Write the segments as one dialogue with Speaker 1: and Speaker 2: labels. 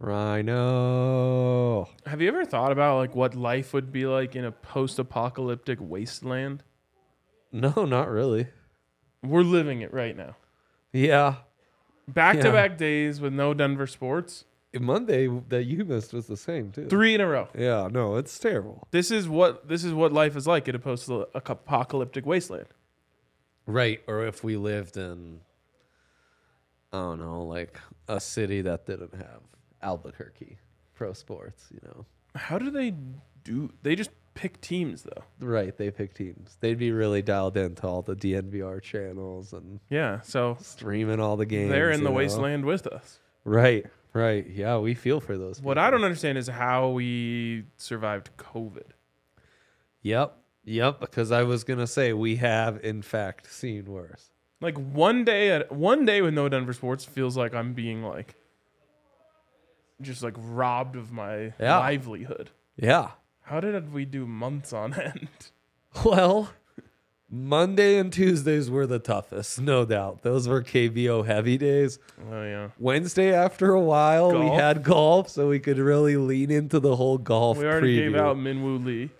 Speaker 1: Rhino.
Speaker 2: have you ever thought about like what life would be like in a post-apocalyptic wasteland?
Speaker 1: No, not really.
Speaker 2: We're living it right now.
Speaker 1: Yeah.
Speaker 2: Back-to-back days with no Denver sports,
Speaker 1: Monday that you missed was the same too.
Speaker 2: three in a row.
Speaker 1: Yeah, no, it's terrible.
Speaker 2: This is what this is what life is like in a post-apocalyptic wasteland.
Speaker 1: Right, or if we lived in I don't know, like a city that didn't have Albuquerque pro sports, you know.
Speaker 2: How do they do? They just pick teams though.
Speaker 1: Right, they pick teams. They'd be really dialed into all the DNVR channels and
Speaker 2: Yeah, so
Speaker 1: streaming all the games.
Speaker 2: they're in
Speaker 1: you
Speaker 2: the
Speaker 1: know?
Speaker 2: wasteland with us.
Speaker 1: Right, right. Yeah, we feel for those.
Speaker 2: What I don't understand is how we survived COVID.
Speaker 1: Yep. Yep, because I was gonna say we have in fact seen worse.
Speaker 2: Like one day, at, one day with no Denver sports feels like I'm being like, just like robbed of my
Speaker 1: Yeah.
Speaker 2: livelihood.
Speaker 1: Yeah.
Speaker 2: How did we do months on end?
Speaker 1: Well, Monday and Tuesdays were the toughest, no doubt. Those were KBO heavy days.
Speaker 2: Oh yeah,
Speaker 1: Wednesday, after a while,
Speaker 2: Golf.
Speaker 1: we had golf, so we could really lean into the whole golf.
Speaker 2: we already
Speaker 1: preview.
Speaker 2: gave out Minwoo Lee.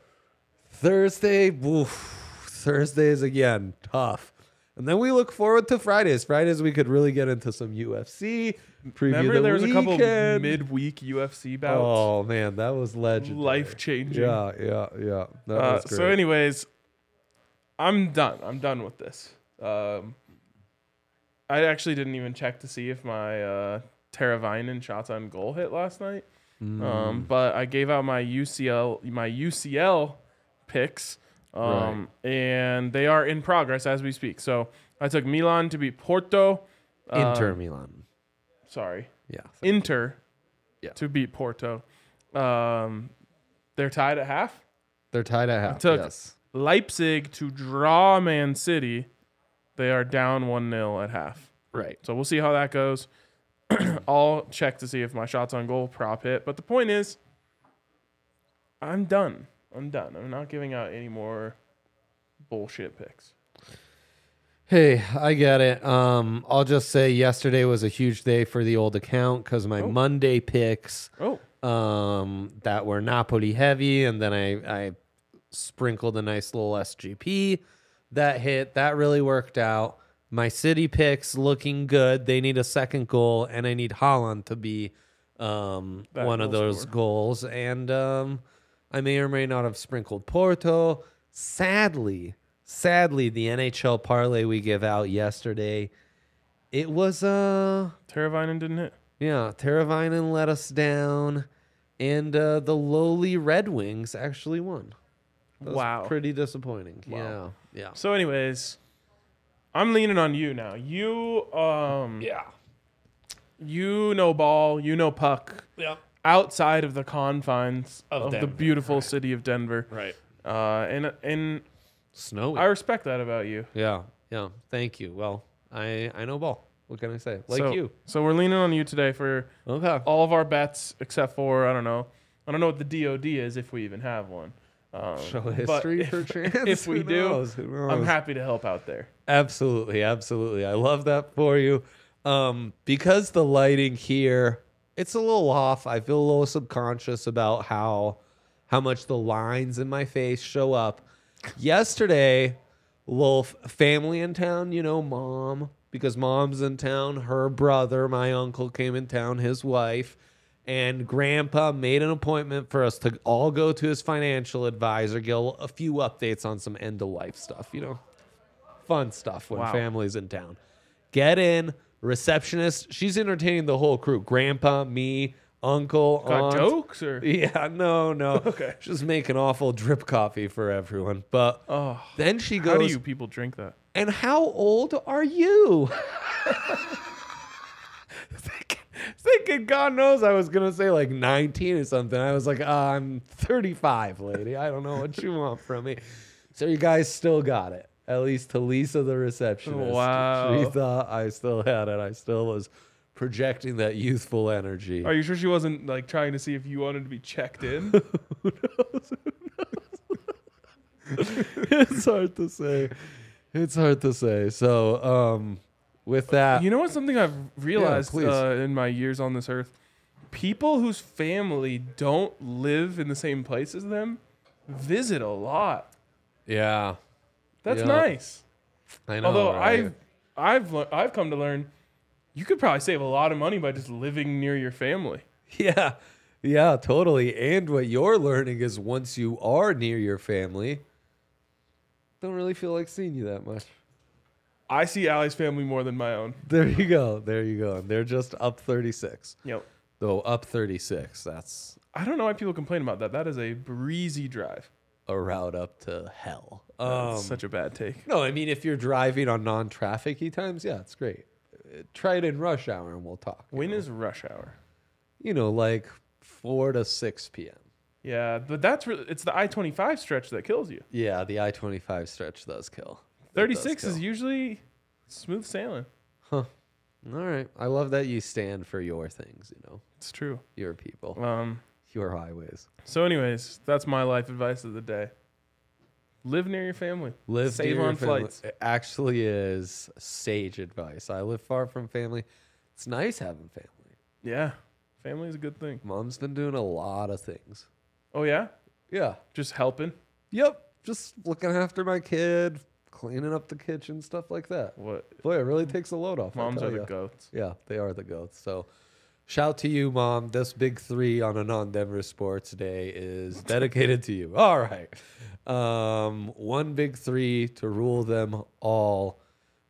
Speaker 1: Thursday. oof, Thursdays again, tough. And then we look forward to Fridays. Fridays, we could really get into some UFC. Preview
Speaker 2: Remember,
Speaker 1: the
Speaker 2: there was a couple
Speaker 1: weekend.
Speaker 2: midweek UFC bouts,
Speaker 1: Oh man, that was legendary.
Speaker 2: life changing.
Speaker 1: Yeah, yeah, yeah. That
Speaker 2: Uh,
Speaker 1: was great.
Speaker 2: so, anyways, I'm done. I'm done with this. Um, I actually didn't even check to see if my uh, Tara Vinen shots on goal hit last night.
Speaker 1: Mm.
Speaker 2: Um, but I gave out my UCL my UCL picks, um, and they are in progress as we speak. So I took Milan to beat Porto. Uh,
Speaker 1: Inter Milan.
Speaker 2: Sorry,
Speaker 1: Yeah.
Speaker 2: Inter
Speaker 1: Yeah.
Speaker 2: to beat Porto. Um, they're tied at half.
Speaker 1: They're tied at half.
Speaker 2: took-
Speaker 1: yes.
Speaker 2: Leipzig to draw Man City. They are down 1 0 at half.
Speaker 1: Right.
Speaker 2: So we'll see how that goes. I'll check to see if my shots on goal prop hit. But the point is, I'm done. I'm done. I'm not giving out any more bullshit picks.
Speaker 1: Hey, I get it. Um, I'll just say yesterday was a huge day for the old account because my Monday picks
Speaker 2: Oh,
Speaker 1: um, that were Napoli heavy, and then I, I sprinkled a nice little SGP that hit. That really worked out. My city picks looking good. They need a second goal, and I need Holland to be um,
Speaker 2: That
Speaker 1: one of
Speaker 2: goal
Speaker 1: those
Speaker 2: scorer.
Speaker 1: goals. And um, I may or may not have sprinkled Porto. Sadly, sadly, the NHL parlay we give out yesterday, it was uh
Speaker 2: Teravainen didn't hit.
Speaker 1: yeah, Teravainen let us down, and uh, the lowly Red Wings actually won. That was
Speaker 2: Wow.
Speaker 1: pretty disappointing.
Speaker 2: Wow.
Speaker 1: Yeah, yeah,
Speaker 2: So, anyways, I'm leaning on you now. You, um,
Speaker 1: yeah,
Speaker 2: you know ball, you know puck.
Speaker 1: yeah.
Speaker 2: outside of the confines
Speaker 1: Of
Speaker 2: of, the
Speaker 1: Denver,
Speaker 2: beautiful city of Denver.
Speaker 1: Right.
Speaker 2: Uh, and and
Speaker 1: Snowy.
Speaker 2: I respect that about you.
Speaker 1: yeah, yeah. Thank you. Well, I I know ball. What can I say? Like
Speaker 2: so,
Speaker 1: you.
Speaker 2: So we're leaning on you today for
Speaker 1: Okay.
Speaker 2: all of our bets except for I don't know. I don't know what the DOD is if we even have one. Um,
Speaker 1: Show
Speaker 2: but
Speaker 1: history
Speaker 2: if-
Speaker 1: perchance.
Speaker 2: If we
Speaker 1: Who
Speaker 2: do,
Speaker 1: knows? Who
Speaker 2: I'm
Speaker 1: knows?
Speaker 2: happy to help out there.
Speaker 1: Absolutely, absolutely. I love that for you. Um, because the lighting here, it's a little off. I feel a little subconscious about how how much the lines in my face show up. Yesterday, little f- family in town, you know, mom, because mom's in town, her brother, my uncle came in town, his wife, and grandpa made an appointment for us to all go to his financial advisor, get a few updates on some end of life stuff, you know fun stuff when
Speaker 2: Wow.
Speaker 1: family's in town. Get in, receptionist. She's entertaining the whole crew. Grandpa, me, uncle,
Speaker 2: Got
Speaker 1: aunt.
Speaker 2: jokes or
Speaker 1: Yeah, no, no.
Speaker 2: Okay.
Speaker 1: She's making awful drip coffee for everyone. But
Speaker 2: oh,
Speaker 1: then she goes,
Speaker 2: how do you people drink that?
Speaker 1: and how old are you? thinking, God knows, I was gonna say like 19 or something. I was like, uh, I'm 35, lady. I don't know what you want from me. So you guys still got it, at least to Lisa, the receptionist.
Speaker 2: Wow.
Speaker 1: She thought I still had it. I still was projecting that youthful energy.
Speaker 2: Are you sure she wasn't like trying to see if you wanted to be checked in?
Speaker 1: it's hard to say. It's hard to say. So, um, with that,
Speaker 2: you know what's something I've realized
Speaker 1: please.
Speaker 2: uh, in my years on this earth? People whose family don't live in the same place as them visit a lot.
Speaker 1: yeah,
Speaker 2: That's
Speaker 1: Yeah.
Speaker 2: nice.
Speaker 1: I know.
Speaker 2: Although
Speaker 1: right?
Speaker 2: I've I've lear- I've come to learn you could probably save a lot of money by just living near your family.
Speaker 1: Yeah. Yeah, totally. And what you're learning is once you are near your family, don't really feel like seeing you that much.
Speaker 2: I see Allie's family more than my own.
Speaker 1: There you go. There you go. And they're just up 36.
Speaker 2: Yep.
Speaker 1: Though up 36, that's
Speaker 2: I don't know why people complain about that. That is a breezy drive.
Speaker 1: a route up to hell.
Speaker 2: That's
Speaker 1: Um,
Speaker 2: such a bad take.
Speaker 1: no, I mean, if you're driving on non trafficy times, yeah, it's great. Uh, Try it in rush hour and we'll talk.
Speaker 2: When is rush hour?
Speaker 1: You know, like 4 to 6 p.m.
Speaker 2: Yeah, but that's really, it's the I twenty five stretch that kills you.
Speaker 1: Yeah, the I 25 stretch does kill. It does
Speaker 2: Thirty six
Speaker 1: kill.
Speaker 2: is usually smooth sailing.
Speaker 1: All right. I love that you stand for your things, you know,
Speaker 2: It's true.
Speaker 1: your people,
Speaker 2: Um.
Speaker 1: your highways.
Speaker 2: So, anyways, that's my life advice of the day. Live near your family.
Speaker 1: Live
Speaker 2: Save
Speaker 1: dear
Speaker 2: on
Speaker 1: family.
Speaker 2: flights.
Speaker 1: It actually is sage advice. I live far from family. It's nice having family.
Speaker 2: Yeah, family is a good thing.
Speaker 1: Mom's been doing a lot of things.
Speaker 2: Oh yeah,
Speaker 1: Yeah.
Speaker 2: just helping.
Speaker 1: Yep. Just looking after my kid, cleaning up the kitchen, stuff like that.
Speaker 2: What
Speaker 1: Boy, it really takes a load off. I
Speaker 2: moms
Speaker 1: tell
Speaker 2: are the
Speaker 1: ya.
Speaker 2: goats.
Speaker 1: Yeah, they are the goats. So, shout to you, mom. This big three on a non-Denver sports day is dedicated to you. All right, um, one big three to rule them all.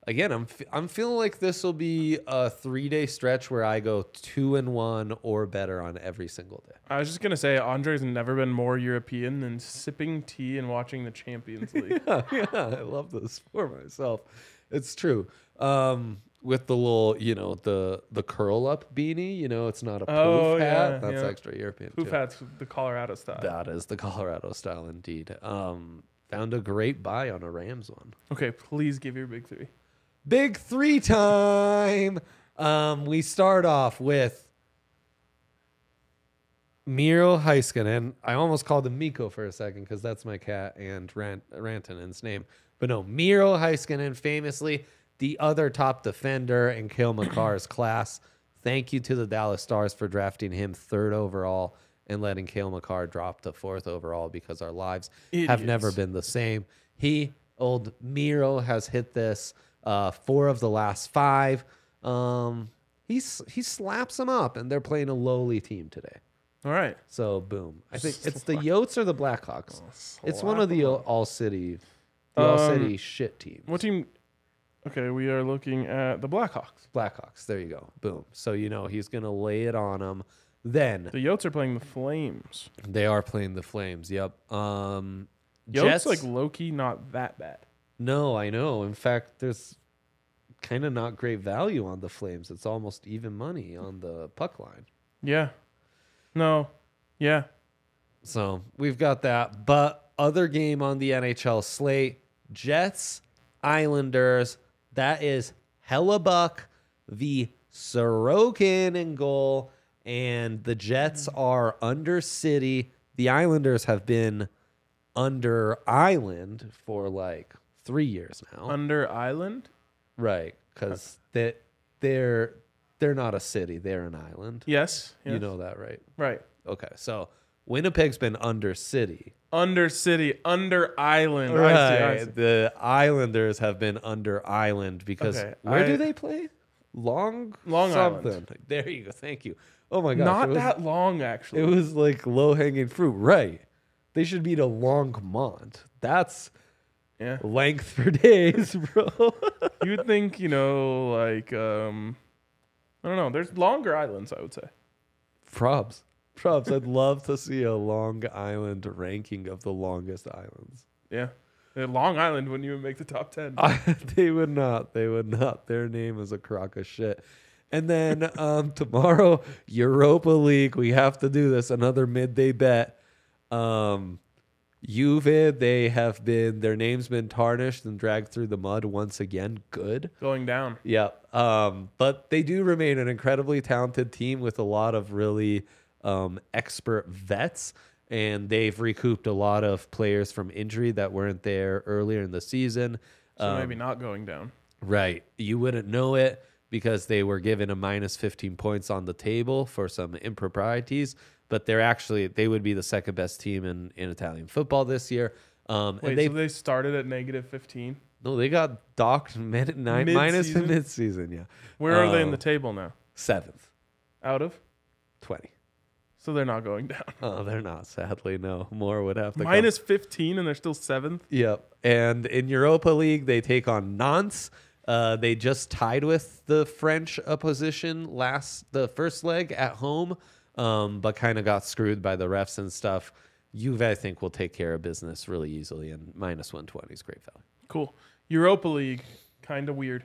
Speaker 1: Again, I'm f- I'm feeling like this will be a three day stretch where I go two and one or better on every single day.
Speaker 2: I was just gonna say Andre's never been more European than sipping tea and watching the Champions League.
Speaker 1: yeah, I love this for myself. It's true. Um, with the little, you know, the the curl up beanie, you know, it's not a poof
Speaker 2: Oh,
Speaker 1: hat.
Speaker 2: yeah,
Speaker 1: That's
Speaker 2: yeah.
Speaker 1: extra European.
Speaker 2: Poof
Speaker 1: too.
Speaker 2: hats, the Colorado style.
Speaker 1: Uh, That is the Colorado style indeed. Um, found a great buy on a Rams one.
Speaker 2: Okay, please give your big three.
Speaker 1: Big three time. Um, we start off with Miro Heiskanen. I almost called him Miko for a second because that's my cat and Rant- Rantanen's name. But no, Miro Heiskanen, famously the other top defender in Kale McCarr's class. Thank you to the Dallas Stars for drafting him third overall and letting Kale McCarr drop to fourth overall because our lives have never
Speaker 2: Idiots.
Speaker 1: been the same. He, old Miro, has hit this uh, four of the last five. Um, he, s- he slaps them up, and they're playing a lowly team today.
Speaker 2: All right.
Speaker 1: So boom. I think it's the Yotes or the Blackhawks.
Speaker 2: Oh,
Speaker 1: it's one of the all city the all
Speaker 2: Um,
Speaker 1: city shit teams.
Speaker 2: What team? Okay, we are looking at the Blackhawks.
Speaker 1: Blackhawks. There you go. Boom. So you know he's gonna lay it on them. Then
Speaker 2: The Yotes are playing the Flames.
Speaker 1: they are playing the Flames. Yep. Um
Speaker 2: Yotes
Speaker 1: Jets
Speaker 2: like Loki, not that bad.
Speaker 1: No, I know. In fact, there's kind of not great value on the Flames. It's almost even money on the puck line.
Speaker 2: Yeah. No. Yeah.
Speaker 1: So we've got that. But other game on the NHL slate Jets, Islanders. That is Hellebuck, the Sorokin in goal. And the Jets are under City. The Islanders have been under Island for like three years now.
Speaker 2: Under Island.
Speaker 1: right. Because they, they're, they're not a city, they're an island.
Speaker 2: Yes.
Speaker 1: You
Speaker 2: yes.
Speaker 1: know that, right?
Speaker 2: Right.
Speaker 1: Okay. So Winnipeg's been under City.
Speaker 2: Under City. Under Island.
Speaker 1: Right.
Speaker 2: I see, I see.
Speaker 1: The Islanders have been under Island because
Speaker 2: Okay,
Speaker 1: where do
Speaker 2: I-
Speaker 1: they play? Long
Speaker 2: Long Island.
Speaker 1: something. There you go. Thank you. Oh my gosh.
Speaker 2: Not
Speaker 1: it was,
Speaker 2: that long,
Speaker 1: It
Speaker 2: actually.
Speaker 1: was like low hanging fruit. Right. They should be to Longmont. That's
Speaker 2: yeah.
Speaker 1: length for days, bro.
Speaker 2: You would think, you know, like, um, I don't know. There's longer islands, I would say.
Speaker 1: Props. Props. I'd love to see a Long Island ranking of the longest islands.
Speaker 2: Yeah. Uh, Long Island wouldn't even make the top 10.
Speaker 1: I, they would not. They would not. Their name is a crock of shit. And then um, tomorrow, Europa League. We have to do this. Another midday bet. Um, Juve, they have been their name's been tarnished and dragged through the mud once again. Good.
Speaker 2: Going down.
Speaker 1: Yeah. Um, but they do remain an incredibly talented team with a lot of really um, expert vets. And they've recouped a lot of players from injury that weren't there earlier in the season.
Speaker 2: So
Speaker 1: Um,
Speaker 2: maybe not going down.
Speaker 1: Right. You wouldn't know it because they were given a minus 15 points on the table for some improprieties, but they're actually, they would be the second best team in, in Italian football this year. Um,
Speaker 2: Wait,
Speaker 1: and they,
Speaker 2: so they started at negative 15.
Speaker 1: no, they got docked minute nine minus
Speaker 2: Mid-season?
Speaker 1: mid season. Yeah.
Speaker 2: Where are they in
Speaker 1: Oh.
Speaker 2: the table now?
Speaker 1: Seventh,
Speaker 2: Out of?
Speaker 1: 20.
Speaker 2: So they're not going down.
Speaker 1: Oh, they're not, sadly. No, more would have to come.
Speaker 2: Minus 15 and they're still seventh.
Speaker 1: Yep. And in Europa League, they take on Nantes. Uh, they just tied with the French opposition last the first leg at home, um, but kind of got screwed by the refs and stuff. Juve, I think, will take care of business really easily, and minus one twenty is great value.
Speaker 2: Cool. Europa League, kind of weird.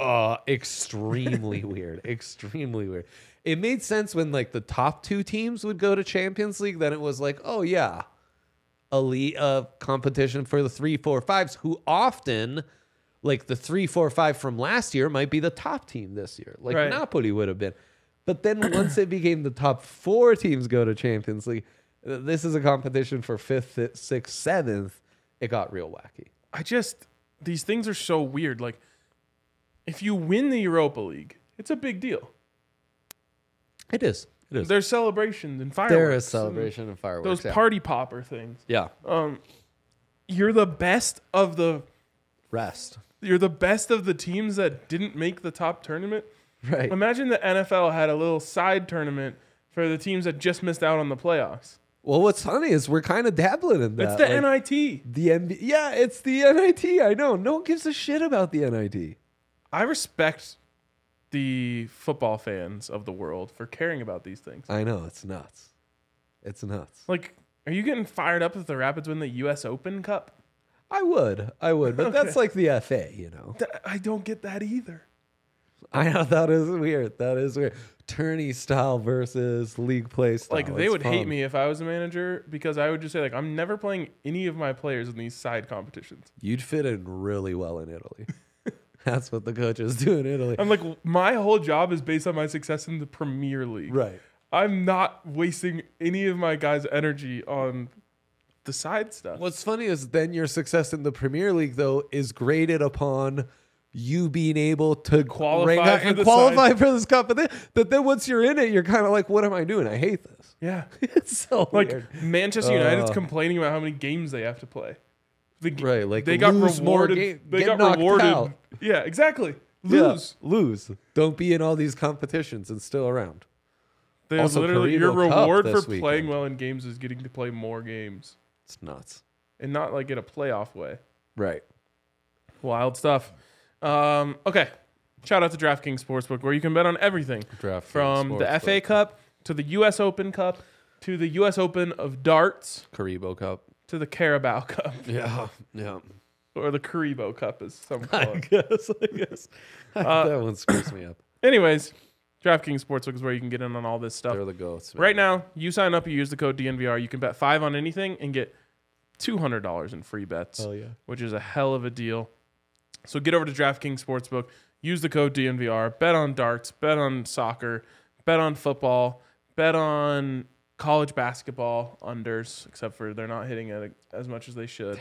Speaker 1: Uh, extremely weird. Extremely weird. It made sense when like the top two teams would go to Champions League. Then it was like, oh yeah, elite uh, competition for the three, four, fives. Who often, like the three, four, five from last year, might be the top team this year. Like
Speaker 2: Right.
Speaker 1: Napoli would have been. But then once it became the top four teams go to Champions League, th- this is a competition for fifth, fifth, sixth, seventh. It got real wacky.
Speaker 2: I just these things are so weird. Like if you win the Europa League, it's a big deal.
Speaker 1: It is. It is.
Speaker 2: There's celebrations and fireworks.
Speaker 1: There is
Speaker 2: and
Speaker 1: celebration and fireworks.
Speaker 2: Those
Speaker 1: yeah.
Speaker 2: party popper things.
Speaker 1: Yeah.
Speaker 2: Um you're the best of the
Speaker 1: Rest.
Speaker 2: you're the best of the teams that didn't make the top tournament.
Speaker 1: Right.
Speaker 2: Imagine the NFL had a little side tournament for the teams that just missed out on the playoffs.
Speaker 1: Well, what's funny is we're kind of dabbling in that.
Speaker 2: It's the
Speaker 1: like,
Speaker 2: NIT.
Speaker 1: The NB- yeah, it's the NIT. I know. No one gives a shit about the NIT.
Speaker 2: I respect the football fans of the world for caring about these things.
Speaker 1: I know. It's nuts. It's nuts.
Speaker 2: Like, are you getting fired up if the Rapids win the U.S. Open Cup?
Speaker 1: I would. I would. But that's like the FA, you know.
Speaker 2: Th- I don't get that either.
Speaker 1: I know. That is weird. That is weird. Tourney style versus league play style.
Speaker 2: Like, they
Speaker 1: Oh, It's
Speaker 2: would hate
Speaker 1: fun.
Speaker 2: me if I was a manager because I would just say, like, I'm never playing any of my players in these side competitions.
Speaker 1: You'd fit in really well in Italy. that's what the coaches do in Italy.
Speaker 2: I'm like, my whole job is based on my success in the Premier League.
Speaker 1: right.
Speaker 2: I'm not wasting any of my guys' energy on the side stuff.
Speaker 1: What's funny is then your success in the Premier League though is graded upon you being able to
Speaker 2: Qualify
Speaker 1: ring out
Speaker 2: for
Speaker 1: and
Speaker 2: the
Speaker 1: qualify
Speaker 2: side.
Speaker 1: for this cup. But then, but then once you're in it, you're kind of like, what am I doing? I hate this.
Speaker 2: Yeah.
Speaker 1: It's so
Speaker 2: Like
Speaker 1: weird.
Speaker 2: Manchester United's
Speaker 1: Uh.
Speaker 2: complaining about how many games they have to play. The g-
Speaker 1: Right, like,
Speaker 2: they got
Speaker 1: lose more
Speaker 2: rewarded.
Speaker 1: game-
Speaker 2: they
Speaker 1: get
Speaker 2: got
Speaker 1: knocked
Speaker 2: rewarded.
Speaker 1: out.
Speaker 2: Yeah, exactly.
Speaker 1: Yeah,
Speaker 2: Lose.
Speaker 1: lose. Don't be in all these competitions and still around.
Speaker 2: There's
Speaker 1: Also,
Speaker 2: literally your
Speaker 1: Carino Cup
Speaker 2: reward for
Speaker 1: this
Speaker 2: playing
Speaker 1: weekend.
Speaker 2: well in games is getting to play more games
Speaker 1: It's nuts.
Speaker 2: and not like in a playoff way.
Speaker 1: Right.
Speaker 2: Wild stuff. Um, okay. Shout out to DraftKings Sportsbook where you can bet on everything
Speaker 1: DraftKings
Speaker 2: from the FA
Speaker 1: Sportsbook.
Speaker 2: Cup to the US Open Cup to the US Open of darts
Speaker 1: Karibo Cup.
Speaker 2: to the Carabao Cup
Speaker 1: Yeah. Yeah.
Speaker 2: or the Karibo Cup as some call
Speaker 1: I
Speaker 2: it.
Speaker 1: guess. I guess.
Speaker 2: Uh,
Speaker 1: that one screws me up.
Speaker 2: Anyways, DraftKings Sportsbook is where you can get in on all this stuff.
Speaker 1: They're the goats. man.
Speaker 2: Right now, you sign up, you use the code DNVR, you can bet five on anything and get $200 in free bets,
Speaker 1: Hell yeah.
Speaker 2: which is a hell of a deal. So get over to DraftKings Sportsbook, use the code DNVR, bet on darts, bet on soccer, bet on football, bet on college basketball unders, except for they're not hitting it as much as they should.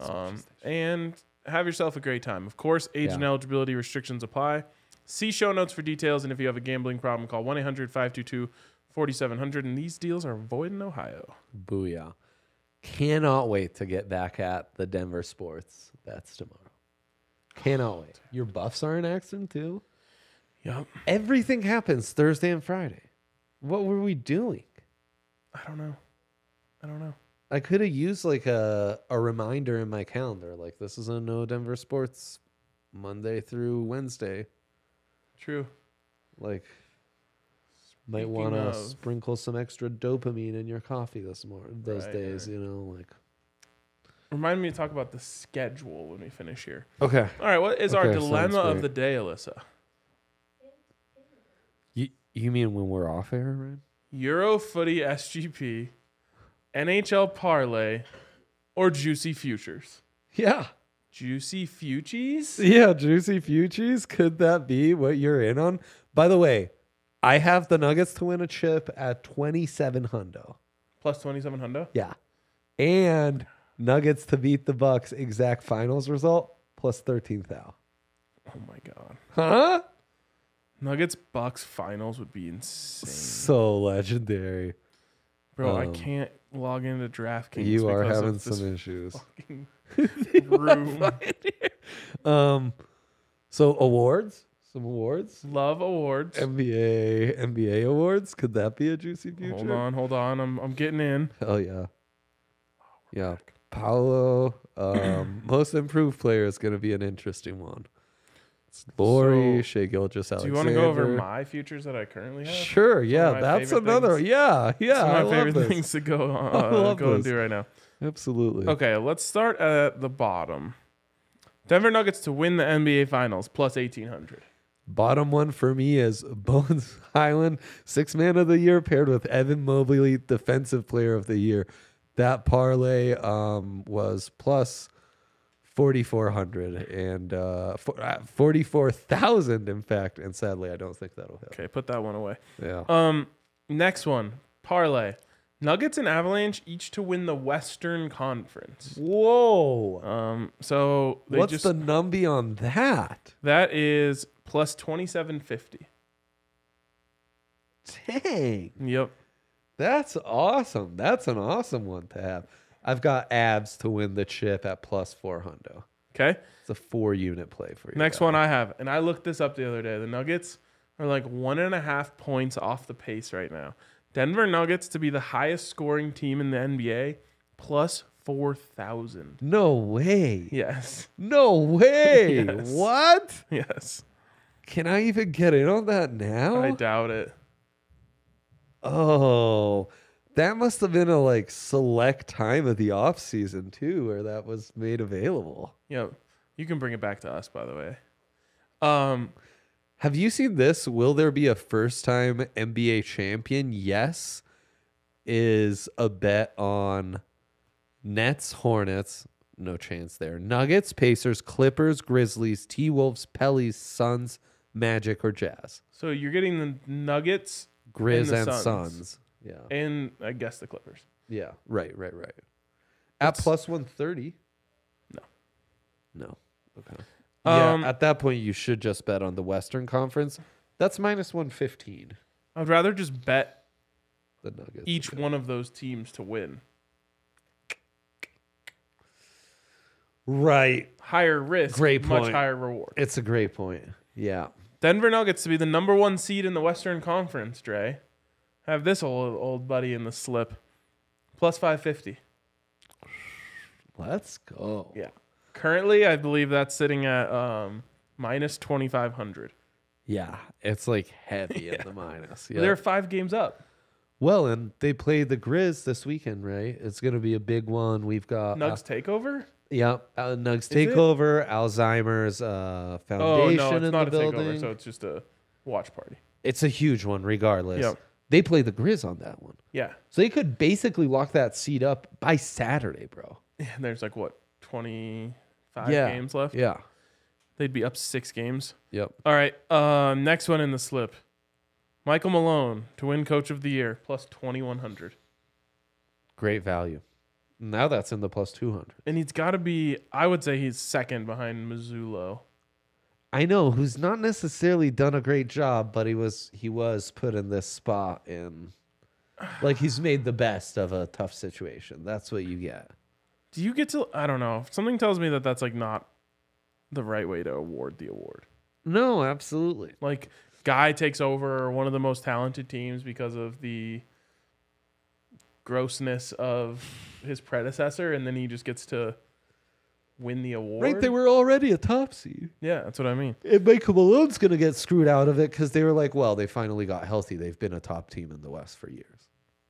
Speaker 2: Um, and have yourself a great time. Of course, age and
Speaker 1: Yeah.
Speaker 2: eligibility restrictions apply. See show notes for details. And if you have a gambling problem, call 1 800 522 4700. And these deals are void in Ohio.
Speaker 1: Booyah. Cannot wait to get back at the Denver Sports. That's tomorrow. Cannot wait. Your buffs are in action too.
Speaker 2: Yep.
Speaker 1: Everything happens Thursday and Friday. What were we doing?
Speaker 2: I don't know. I don't know.
Speaker 1: I could have used like a, a reminder in my calendar. Like this is a no Denver Sports Monday through Wednesday.
Speaker 2: True.
Speaker 1: Like might
Speaker 2: Speaking
Speaker 1: want to
Speaker 2: of-
Speaker 1: sprinkle some extra dopamine in your coffee this morning those
Speaker 2: Right,
Speaker 1: days,
Speaker 2: right.
Speaker 1: you know, like
Speaker 2: Remind me to talk about the schedule when we finish here.
Speaker 1: Okay.
Speaker 2: All right. What is our
Speaker 1: Okay, sounds
Speaker 2: dilemma of
Speaker 1: great.
Speaker 2: the day, Alyssa?
Speaker 3: You mean when we're off air, Ryan?
Speaker 2: Euro Footy SGP, NHL Parlay, or Juicy Futures.
Speaker 1: Yeah.
Speaker 2: Juicy Futures?
Speaker 1: Yeah, juicy futures. Could that be what you're in on? By the way, I have the Nuggets to win a chip at 27 hundo.
Speaker 2: Plus 27 Hundo?
Speaker 1: Yeah. And Nuggets to beat the Bucks exact finals result plus 13 thou.
Speaker 2: Oh my God.
Speaker 1: Huh?
Speaker 2: Nuggets Bucks finals would be insane.
Speaker 1: So legendary.
Speaker 2: Bro, I
Speaker 1: Um,
Speaker 2: can't log into DraftKings.
Speaker 1: you are
Speaker 2: because of
Speaker 1: having
Speaker 2: this
Speaker 1: some issues.
Speaker 2: fucking room.
Speaker 1: Um so awards? Some awards?
Speaker 2: Love awards.
Speaker 1: NBA NBA awards? Could that be a juicy future?
Speaker 2: Hold on, hold on. I'm I'm getting in.
Speaker 1: Hell yeah. Yeah. Paolo, um, most improved player is going to be an interesting one. It's Lori,
Speaker 2: So,
Speaker 1: Shea Gilgis, Alexander.
Speaker 2: Do you want to go over my futures that I currently have?
Speaker 1: Sure. Yeah.
Speaker 2: my
Speaker 1: That's
Speaker 2: favorite
Speaker 1: another.
Speaker 2: things.
Speaker 1: Yeah. Yeah.
Speaker 2: It's
Speaker 1: I
Speaker 2: one of
Speaker 1: love
Speaker 2: my favorite
Speaker 1: this.
Speaker 2: things to go
Speaker 1: I
Speaker 2: uh,
Speaker 1: love
Speaker 2: go and
Speaker 1: this.
Speaker 2: do right now.
Speaker 1: Absolutely.
Speaker 2: Okay, let's start at the bottom. Denver Nuggets to win the NBA Finals plus eighteen hundred.
Speaker 1: Bottom one for me is Bones Highland, six man of the year, paired with Evan Mobley, defensive player of the year. That parlay um, was plus 4,400 and uh, for- uh, 44,000, in fact. And sadly, I don't think that'll hit. Uh,
Speaker 2: Okay, put that one away.
Speaker 1: Yeah.
Speaker 2: Um, next one parlay. Nuggets and Avalanche each to win the Western Conference.
Speaker 1: Whoa.
Speaker 2: Um, so they
Speaker 1: What's
Speaker 2: just
Speaker 1: the numby on that?
Speaker 2: that is plus twenty seven fifty.
Speaker 1: Dang.
Speaker 2: Yep.
Speaker 1: That's awesome. That's an awesome one to have. I've got abs to win the chip at plus 400.
Speaker 2: Okay.
Speaker 1: It's a four unit play for you.
Speaker 2: Next
Speaker 1: guys.
Speaker 2: one I have, and I looked this up the other day. The Nuggets are like one and a half points off the pace right now. Denver Nuggets to be the highest scoring team in the NBA, plus four thousand.
Speaker 1: No way.
Speaker 2: Yes,
Speaker 1: No way.
Speaker 2: Yes.
Speaker 1: What?
Speaker 2: yes.
Speaker 1: Can I even get in on that
Speaker 2: I
Speaker 1: now?
Speaker 2: doubt it.
Speaker 1: Oh. That must have been a like select time of the off season too where that was made available.
Speaker 2: Yep. You can bring it back to us, by the way. Um,
Speaker 1: Have you seen this? Will there be a first time NBA champion? Yes. Is a bet on Nets, Hornets. No chance there. Nuggets, Pacers, Clippers, Grizzlies, T Wolves, Pellies, Suns, Magic, or Jazz.
Speaker 2: so you're getting the Nuggets
Speaker 1: Grizz
Speaker 2: the
Speaker 1: and
Speaker 2: Suns.
Speaker 1: Suns. Yeah.
Speaker 2: and I guess the Clippers.
Speaker 1: Yeah. Right, right, right. At plus 130.
Speaker 2: No.
Speaker 1: No. Okay.
Speaker 2: Um,
Speaker 1: yeah, at that point, you should just bet on the Western Conference. That's minus 115.
Speaker 2: I'd rather just bet
Speaker 1: The Nuggets.
Speaker 2: each one of those teams to win.
Speaker 1: Right.
Speaker 2: Higher risk,
Speaker 1: Great
Speaker 2: much
Speaker 1: point.
Speaker 2: higher reward.
Speaker 1: It's a great point. Yeah.
Speaker 2: Denver Nuggets to be the number one seed in the Western Conference, Dre. Have this old old buddy in the slip. Plus five fifty.
Speaker 1: Let's go.
Speaker 2: Yeah. Currently I believe that's sitting at um minus twenty five hundred.
Speaker 1: Yeah. It's like heavy at the minus. Yeah.
Speaker 2: They're five games up.
Speaker 1: well, and they play the Grizz this weekend, right? It's going to be a big one. We've got uh,
Speaker 2: Nuggets takeover?
Speaker 1: yeah, uh, Nugs
Speaker 2: it?
Speaker 1: takeover, Alzheimer's uh,
Speaker 2: Oh
Speaker 1: foundation
Speaker 2: no,
Speaker 1: in
Speaker 2: it's not
Speaker 1: the
Speaker 2: a
Speaker 1: building.
Speaker 2: takeover, so it's just a watch party.
Speaker 1: it's a huge one, regardless.
Speaker 2: Yep.
Speaker 1: They play the Grizz on that one,
Speaker 2: Yeah.
Speaker 1: so they could basically lock that seat up by Saturday, bro.
Speaker 2: And there's like what, twenty five
Speaker 1: yeah.
Speaker 2: games left?
Speaker 1: Yeah.
Speaker 2: They'd be up six games.
Speaker 1: Yep.
Speaker 2: All right. Uh, next one in the slip. Michael Malone to win coach of the year plus twenty one hundred.
Speaker 1: Great value. Now that's in the plus two hundred.
Speaker 2: And he's got to be, I would say he's second behind Mizzoulo.
Speaker 1: I know who's not necessarily done a great job, but he was he was put in this spot and like he's made the best of a tough situation. That's what you get.
Speaker 2: Do you get to, I don't know. Something tells me that that's like not the right way to award the award.
Speaker 1: No, absolutely.
Speaker 2: Like, guy takes over one of the most talented teams because of the grossness of his predecessor, and then he just gets to win the award.
Speaker 1: Right, they were already a top seed.
Speaker 2: Yeah, that's what I mean.
Speaker 1: And Michael Malone's gonna get screwed out of it because they were like, well, they finally got healthy. They've been a top team in the West for years.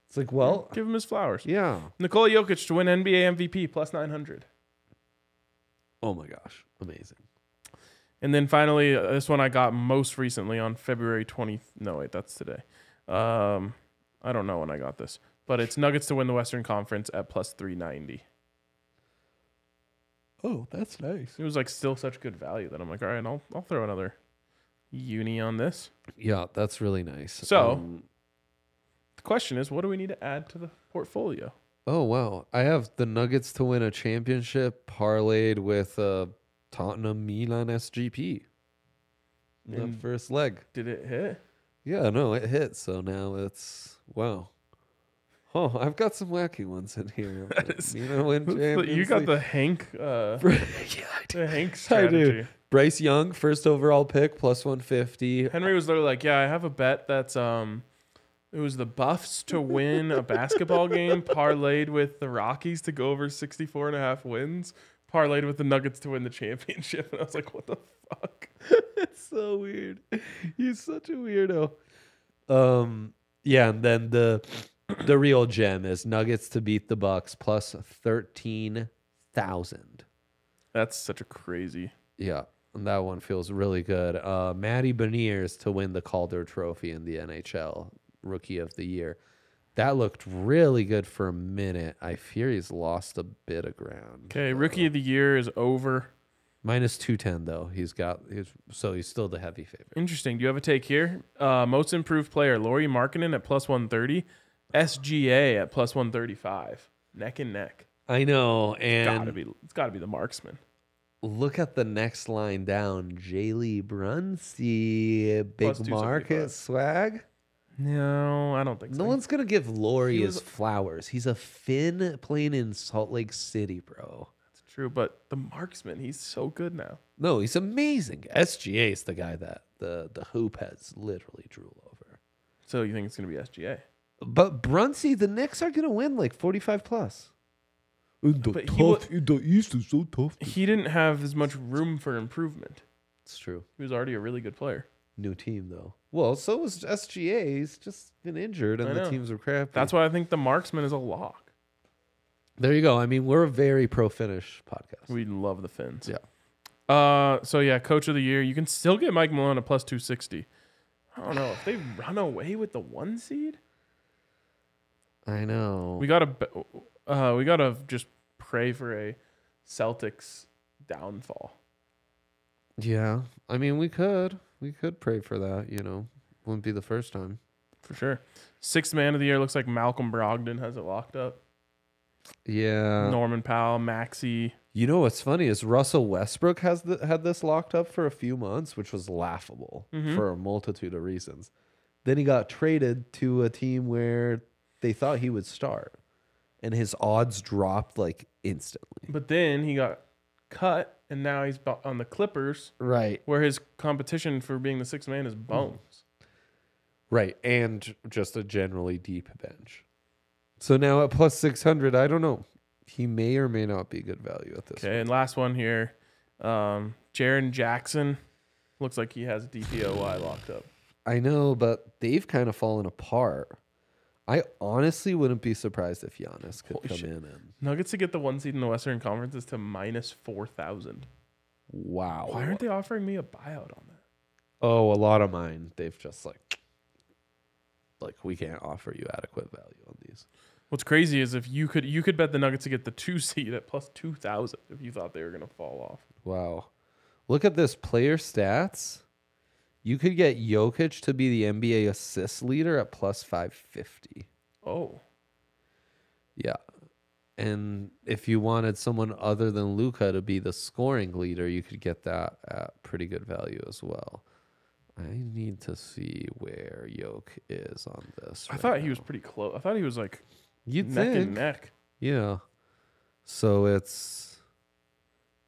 Speaker 1: It's like, well,
Speaker 2: Give him his flowers.
Speaker 1: yeah.
Speaker 2: Nikola Jokic to win NBA MVP plus 900.
Speaker 1: Oh my gosh, amazing.
Speaker 2: And then finally, uh, this one I got most recently on February 20th. No, wait, that's today. Um, I don't know when I got this, but it's Nuggets to win the Western Conference at plus 390.
Speaker 1: Oh, that's nice.
Speaker 2: It was like still such good value that I'm like, all right, I'll, I'll throw another uni on this.
Speaker 1: Yeah, that's really nice.
Speaker 2: So-
Speaker 1: Um,
Speaker 2: The question is, what do we need to add to the portfolio?
Speaker 1: oh wow, I have the Nuggets to win a championship parlayed with uh, Tottenham Milan SGP. The
Speaker 2: And-
Speaker 1: first leg.
Speaker 2: Did it hit?
Speaker 1: Yeah, no, it hit. So now it's wow. Oh, I've got some wacky ones in here.
Speaker 2: is-
Speaker 1: Milan win Champions
Speaker 2: You got
Speaker 1: League.
Speaker 2: the Hank, uh,
Speaker 1: Bra- yeah, I do.
Speaker 2: the Hank
Speaker 1: I do.
Speaker 2: strategy.
Speaker 1: Bryce Young, first overall pick, plus 150.
Speaker 2: Henry was literally like, "Yeah, I have a bet that's um, it was the Buffs to win a basketball game, parlayed with the Rockies to go over 64 and a half wins, parlayed with the Nuggets to win the championship." And I was like, "What the fuck?"
Speaker 1: It's so weird. He's such a weirdo. Um, yeah, and then the the real gem is Nuggets to beat the Bucks plus 13,000.
Speaker 2: That's such a crazy.
Speaker 1: Yeah, and that one feels really good. Uh, Maddie Beniers to win the Calder Trophy in the NHL Rookie of the Year. That looked really good for a minute. I fear he's lost a bit of ground.
Speaker 2: Okay, rookie of the year is over.
Speaker 1: Minus 210 though. He's got he's so he's still the heavy favorite.
Speaker 2: Interesting. Do you have a take here? Uh, most improved player, Laurie Markkinen at plus 130, SGA at plus 135, neck and neck.
Speaker 1: I know,
Speaker 2: Gotta
Speaker 1: and
Speaker 2: be. It's gotta be the marksman.
Speaker 1: look at the next line down. Jaylee Brunsey,
Speaker 2: Plus
Speaker 1: big
Speaker 2: 275.
Speaker 1: market swag.
Speaker 2: No, I don't think so.
Speaker 1: No one's gonna give Lori
Speaker 2: He
Speaker 1: his
Speaker 2: was-
Speaker 1: flowers. He's a Finn playing in Salt Lake City, bro.
Speaker 2: True, but the marksman, he's so good now.
Speaker 1: No, he's amazing. SGA is the guy that the the hoop has literally drool over.
Speaker 2: So you think it's gonna be SGA?
Speaker 1: But Brunsey, the Knicks are gonna win like forty five plus. the,
Speaker 2: But he wa- tough-
Speaker 1: East is so tough.
Speaker 2: He didn't have as much room for improvement.
Speaker 1: It's true.
Speaker 2: He was already a really good player.
Speaker 1: New team though. Well, so was SGA. He's just been injured,
Speaker 2: I
Speaker 1: and the
Speaker 2: know.
Speaker 1: teams are crappy.
Speaker 2: That's why I think the marksman is a lock.
Speaker 1: There you go. I mean, we're a very pro finish podcast.
Speaker 2: We love the Finns.
Speaker 1: Yeah.
Speaker 2: Uh, so yeah, coach of the year. You can still get Mike Malone at plus two sixty. I don't know if they run away with the one seed.
Speaker 1: I know.
Speaker 2: We gotta, b- uh, we gotta just pray for a Celtics downfall.
Speaker 1: yeah. I mean, we could. We could pray for that. You know, wouldn't be the first time.
Speaker 2: For sure. Sixth man of the year looks like Malcolm Brogdon has it locked up.
Speaker 1: Yeah.
Speaker 2: Norman Powell, Maxi.
Speaker 1: You know what's funny is Russell Westbrook has the, had this locked up for a few months, which was laughable
Speaker 2: Mhm.
Speaker 1: for a multitude of reasons. Then he got traded to a team where they thought he would start, and his odds dropped like instantly.
Speaker 2: But then he got cut, and now he's bu- on the Clippers,
Speaker 1: Right.
Speaker 2: where his competition for being the sixth man
Speaker 1: Hmm.
Speaker 2: is Bones.
Speaker 1: Right, and just a generally deep bench. So now at plus six hundred, I don't know. He may or may not be good value at this.
Speaker 2: Okay, and last one here, um, Jaron Jackson looks like he has DPOY locked up.
Speaker 1: I know, but they've kind of fallen apart. I honestly wouldn't be surprised if Giannis could
Speaker 2: Holy
Speaker 1: come
Speaker 2: shit.
Speaker 1: in and
Speaker 2: Nuggets to get the one seed in the Western Conference is to minus four thousand.
Speaker 1: wow.
Speaker 2: Why aren't they offering me a buyout on that?
Speaker 1: Oh, a lot of mine. They've just like like we can't offer you adequate value on these.
Speaker 2: What's crazy is if you could you could bet the Nuggets to get the two seed at plus two thousand if you thought they were gonna fall off.
Speaker 1: Wow. Look at this player stats. You could get Jokic to be the NBA assist leader at plus 550.
Speaker 2: Oh,
Speaker 1: Yeah. And if you wanted someone other than Luca to be the scoring leader, you could get that at pretty good value as well. I need to see where Yoke is on this.
Speaker 2: I
Speaker 1: right
Speaker 2: thought he
Speaker 1: now.
Speaker 2: was pretty close. I thought he was like
Speaker 1: You'd
Speaker 2: neck
Speaker 1: think.
Speaker 2: and neck.
Speaker 1: Yeah. So it's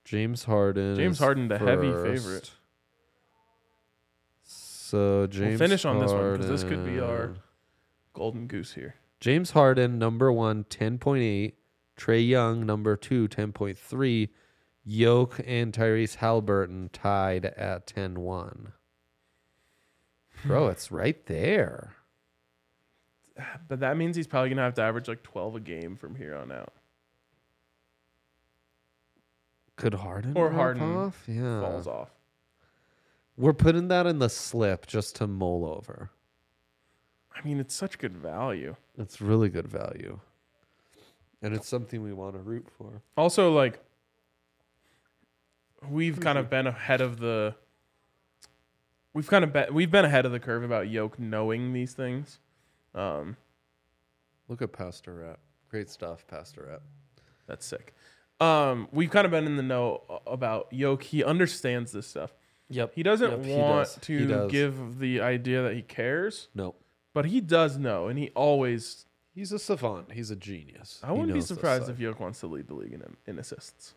Speaker 1: James Harden.
Speaker 2: James
Speaker 1: is
Speaker 2: Harden, the heavy favorite.
Speaker 1: first. So James
Speaker 2: finish on this one, 'cause this could be our-
Speaker 1: Harden-
Speaker 3: Hmm.
Speaker 2: Golden goose here.
Speaker 1: James Harden number 1 10.8, Trey Young number 2 10.3, Yoke and Tyrese Halliburton tied at 10-1. Bro,
Speaker 2: Hmm.
Speaker 1: it's right there.
Speaker 2: But that means he's probably gonna have to average like twelve a game from here on out.
Speaker 1: Could Harden
Speaker 2: Or
Speaker 1: drop
Speaker 2: Harden
Speaker 1: off? Yeah.
Speaker 2: Falls off.
Speaker 1: We're putting that in the slip just to mull over.
Speaker 2: I mean, it's such good value.
Speaker 1: It's really good value. And it's something we want to root for.
Speaker 2: Also, like, we've kind
Speaker 3: Hmm.
Speaker 2: of been ahead of the. We've kind of been we've been ahead of the curve about Yoke knowing these things. Um,
Speaker 1: Look at Pastor Rap. Great stuff, Pastor Rap.
Speaker 2: that's sick. Um, we've kind of been in the know a- about Yoke. He understands this stuff.
Speaker 3: Yep.
Speaker 2: He doesn't
Speaker 3: Yep, he
Speaker 2: want
Speaker 3: does.
Speaker 2: to
Speaker 1: He does.
Speaker 2: give the idea that he cares,
Speaker 1: No.
Speaker 2: but he does know, and he always.
Speaker 1: He's a savant. He's a genius.
Speaker 2: I
Speaker 1: He
Speaker 2: wouldn't be
Speaker 1: knows this
Speaker 2: surprised
Speaker 1: stuff.
Speaker 2: if Yoke wants to lead the league in, in assists.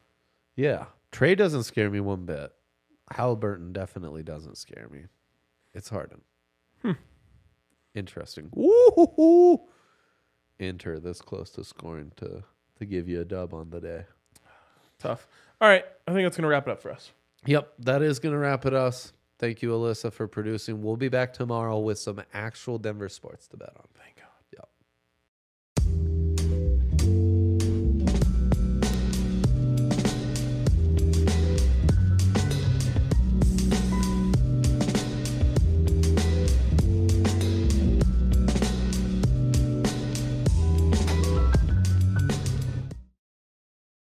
Speaker 1: Yeah. Trey doesn't scare me one bit. Halliburton definitely doesn't scare me. It's Harden. Hmm. Interesting. Woo-hoo-hoo. Enter this close to scoring to to give you a dub on the day.
Speaker 2: Tough. All right, I think that's gonna wrap it up for us.
Speaker 1: Yep, that is going to wrap it us. Thank you, Alyssa, for producing. We'll be back tomorrow with some actual Denver sports to bet on.
Speaker 2: Thank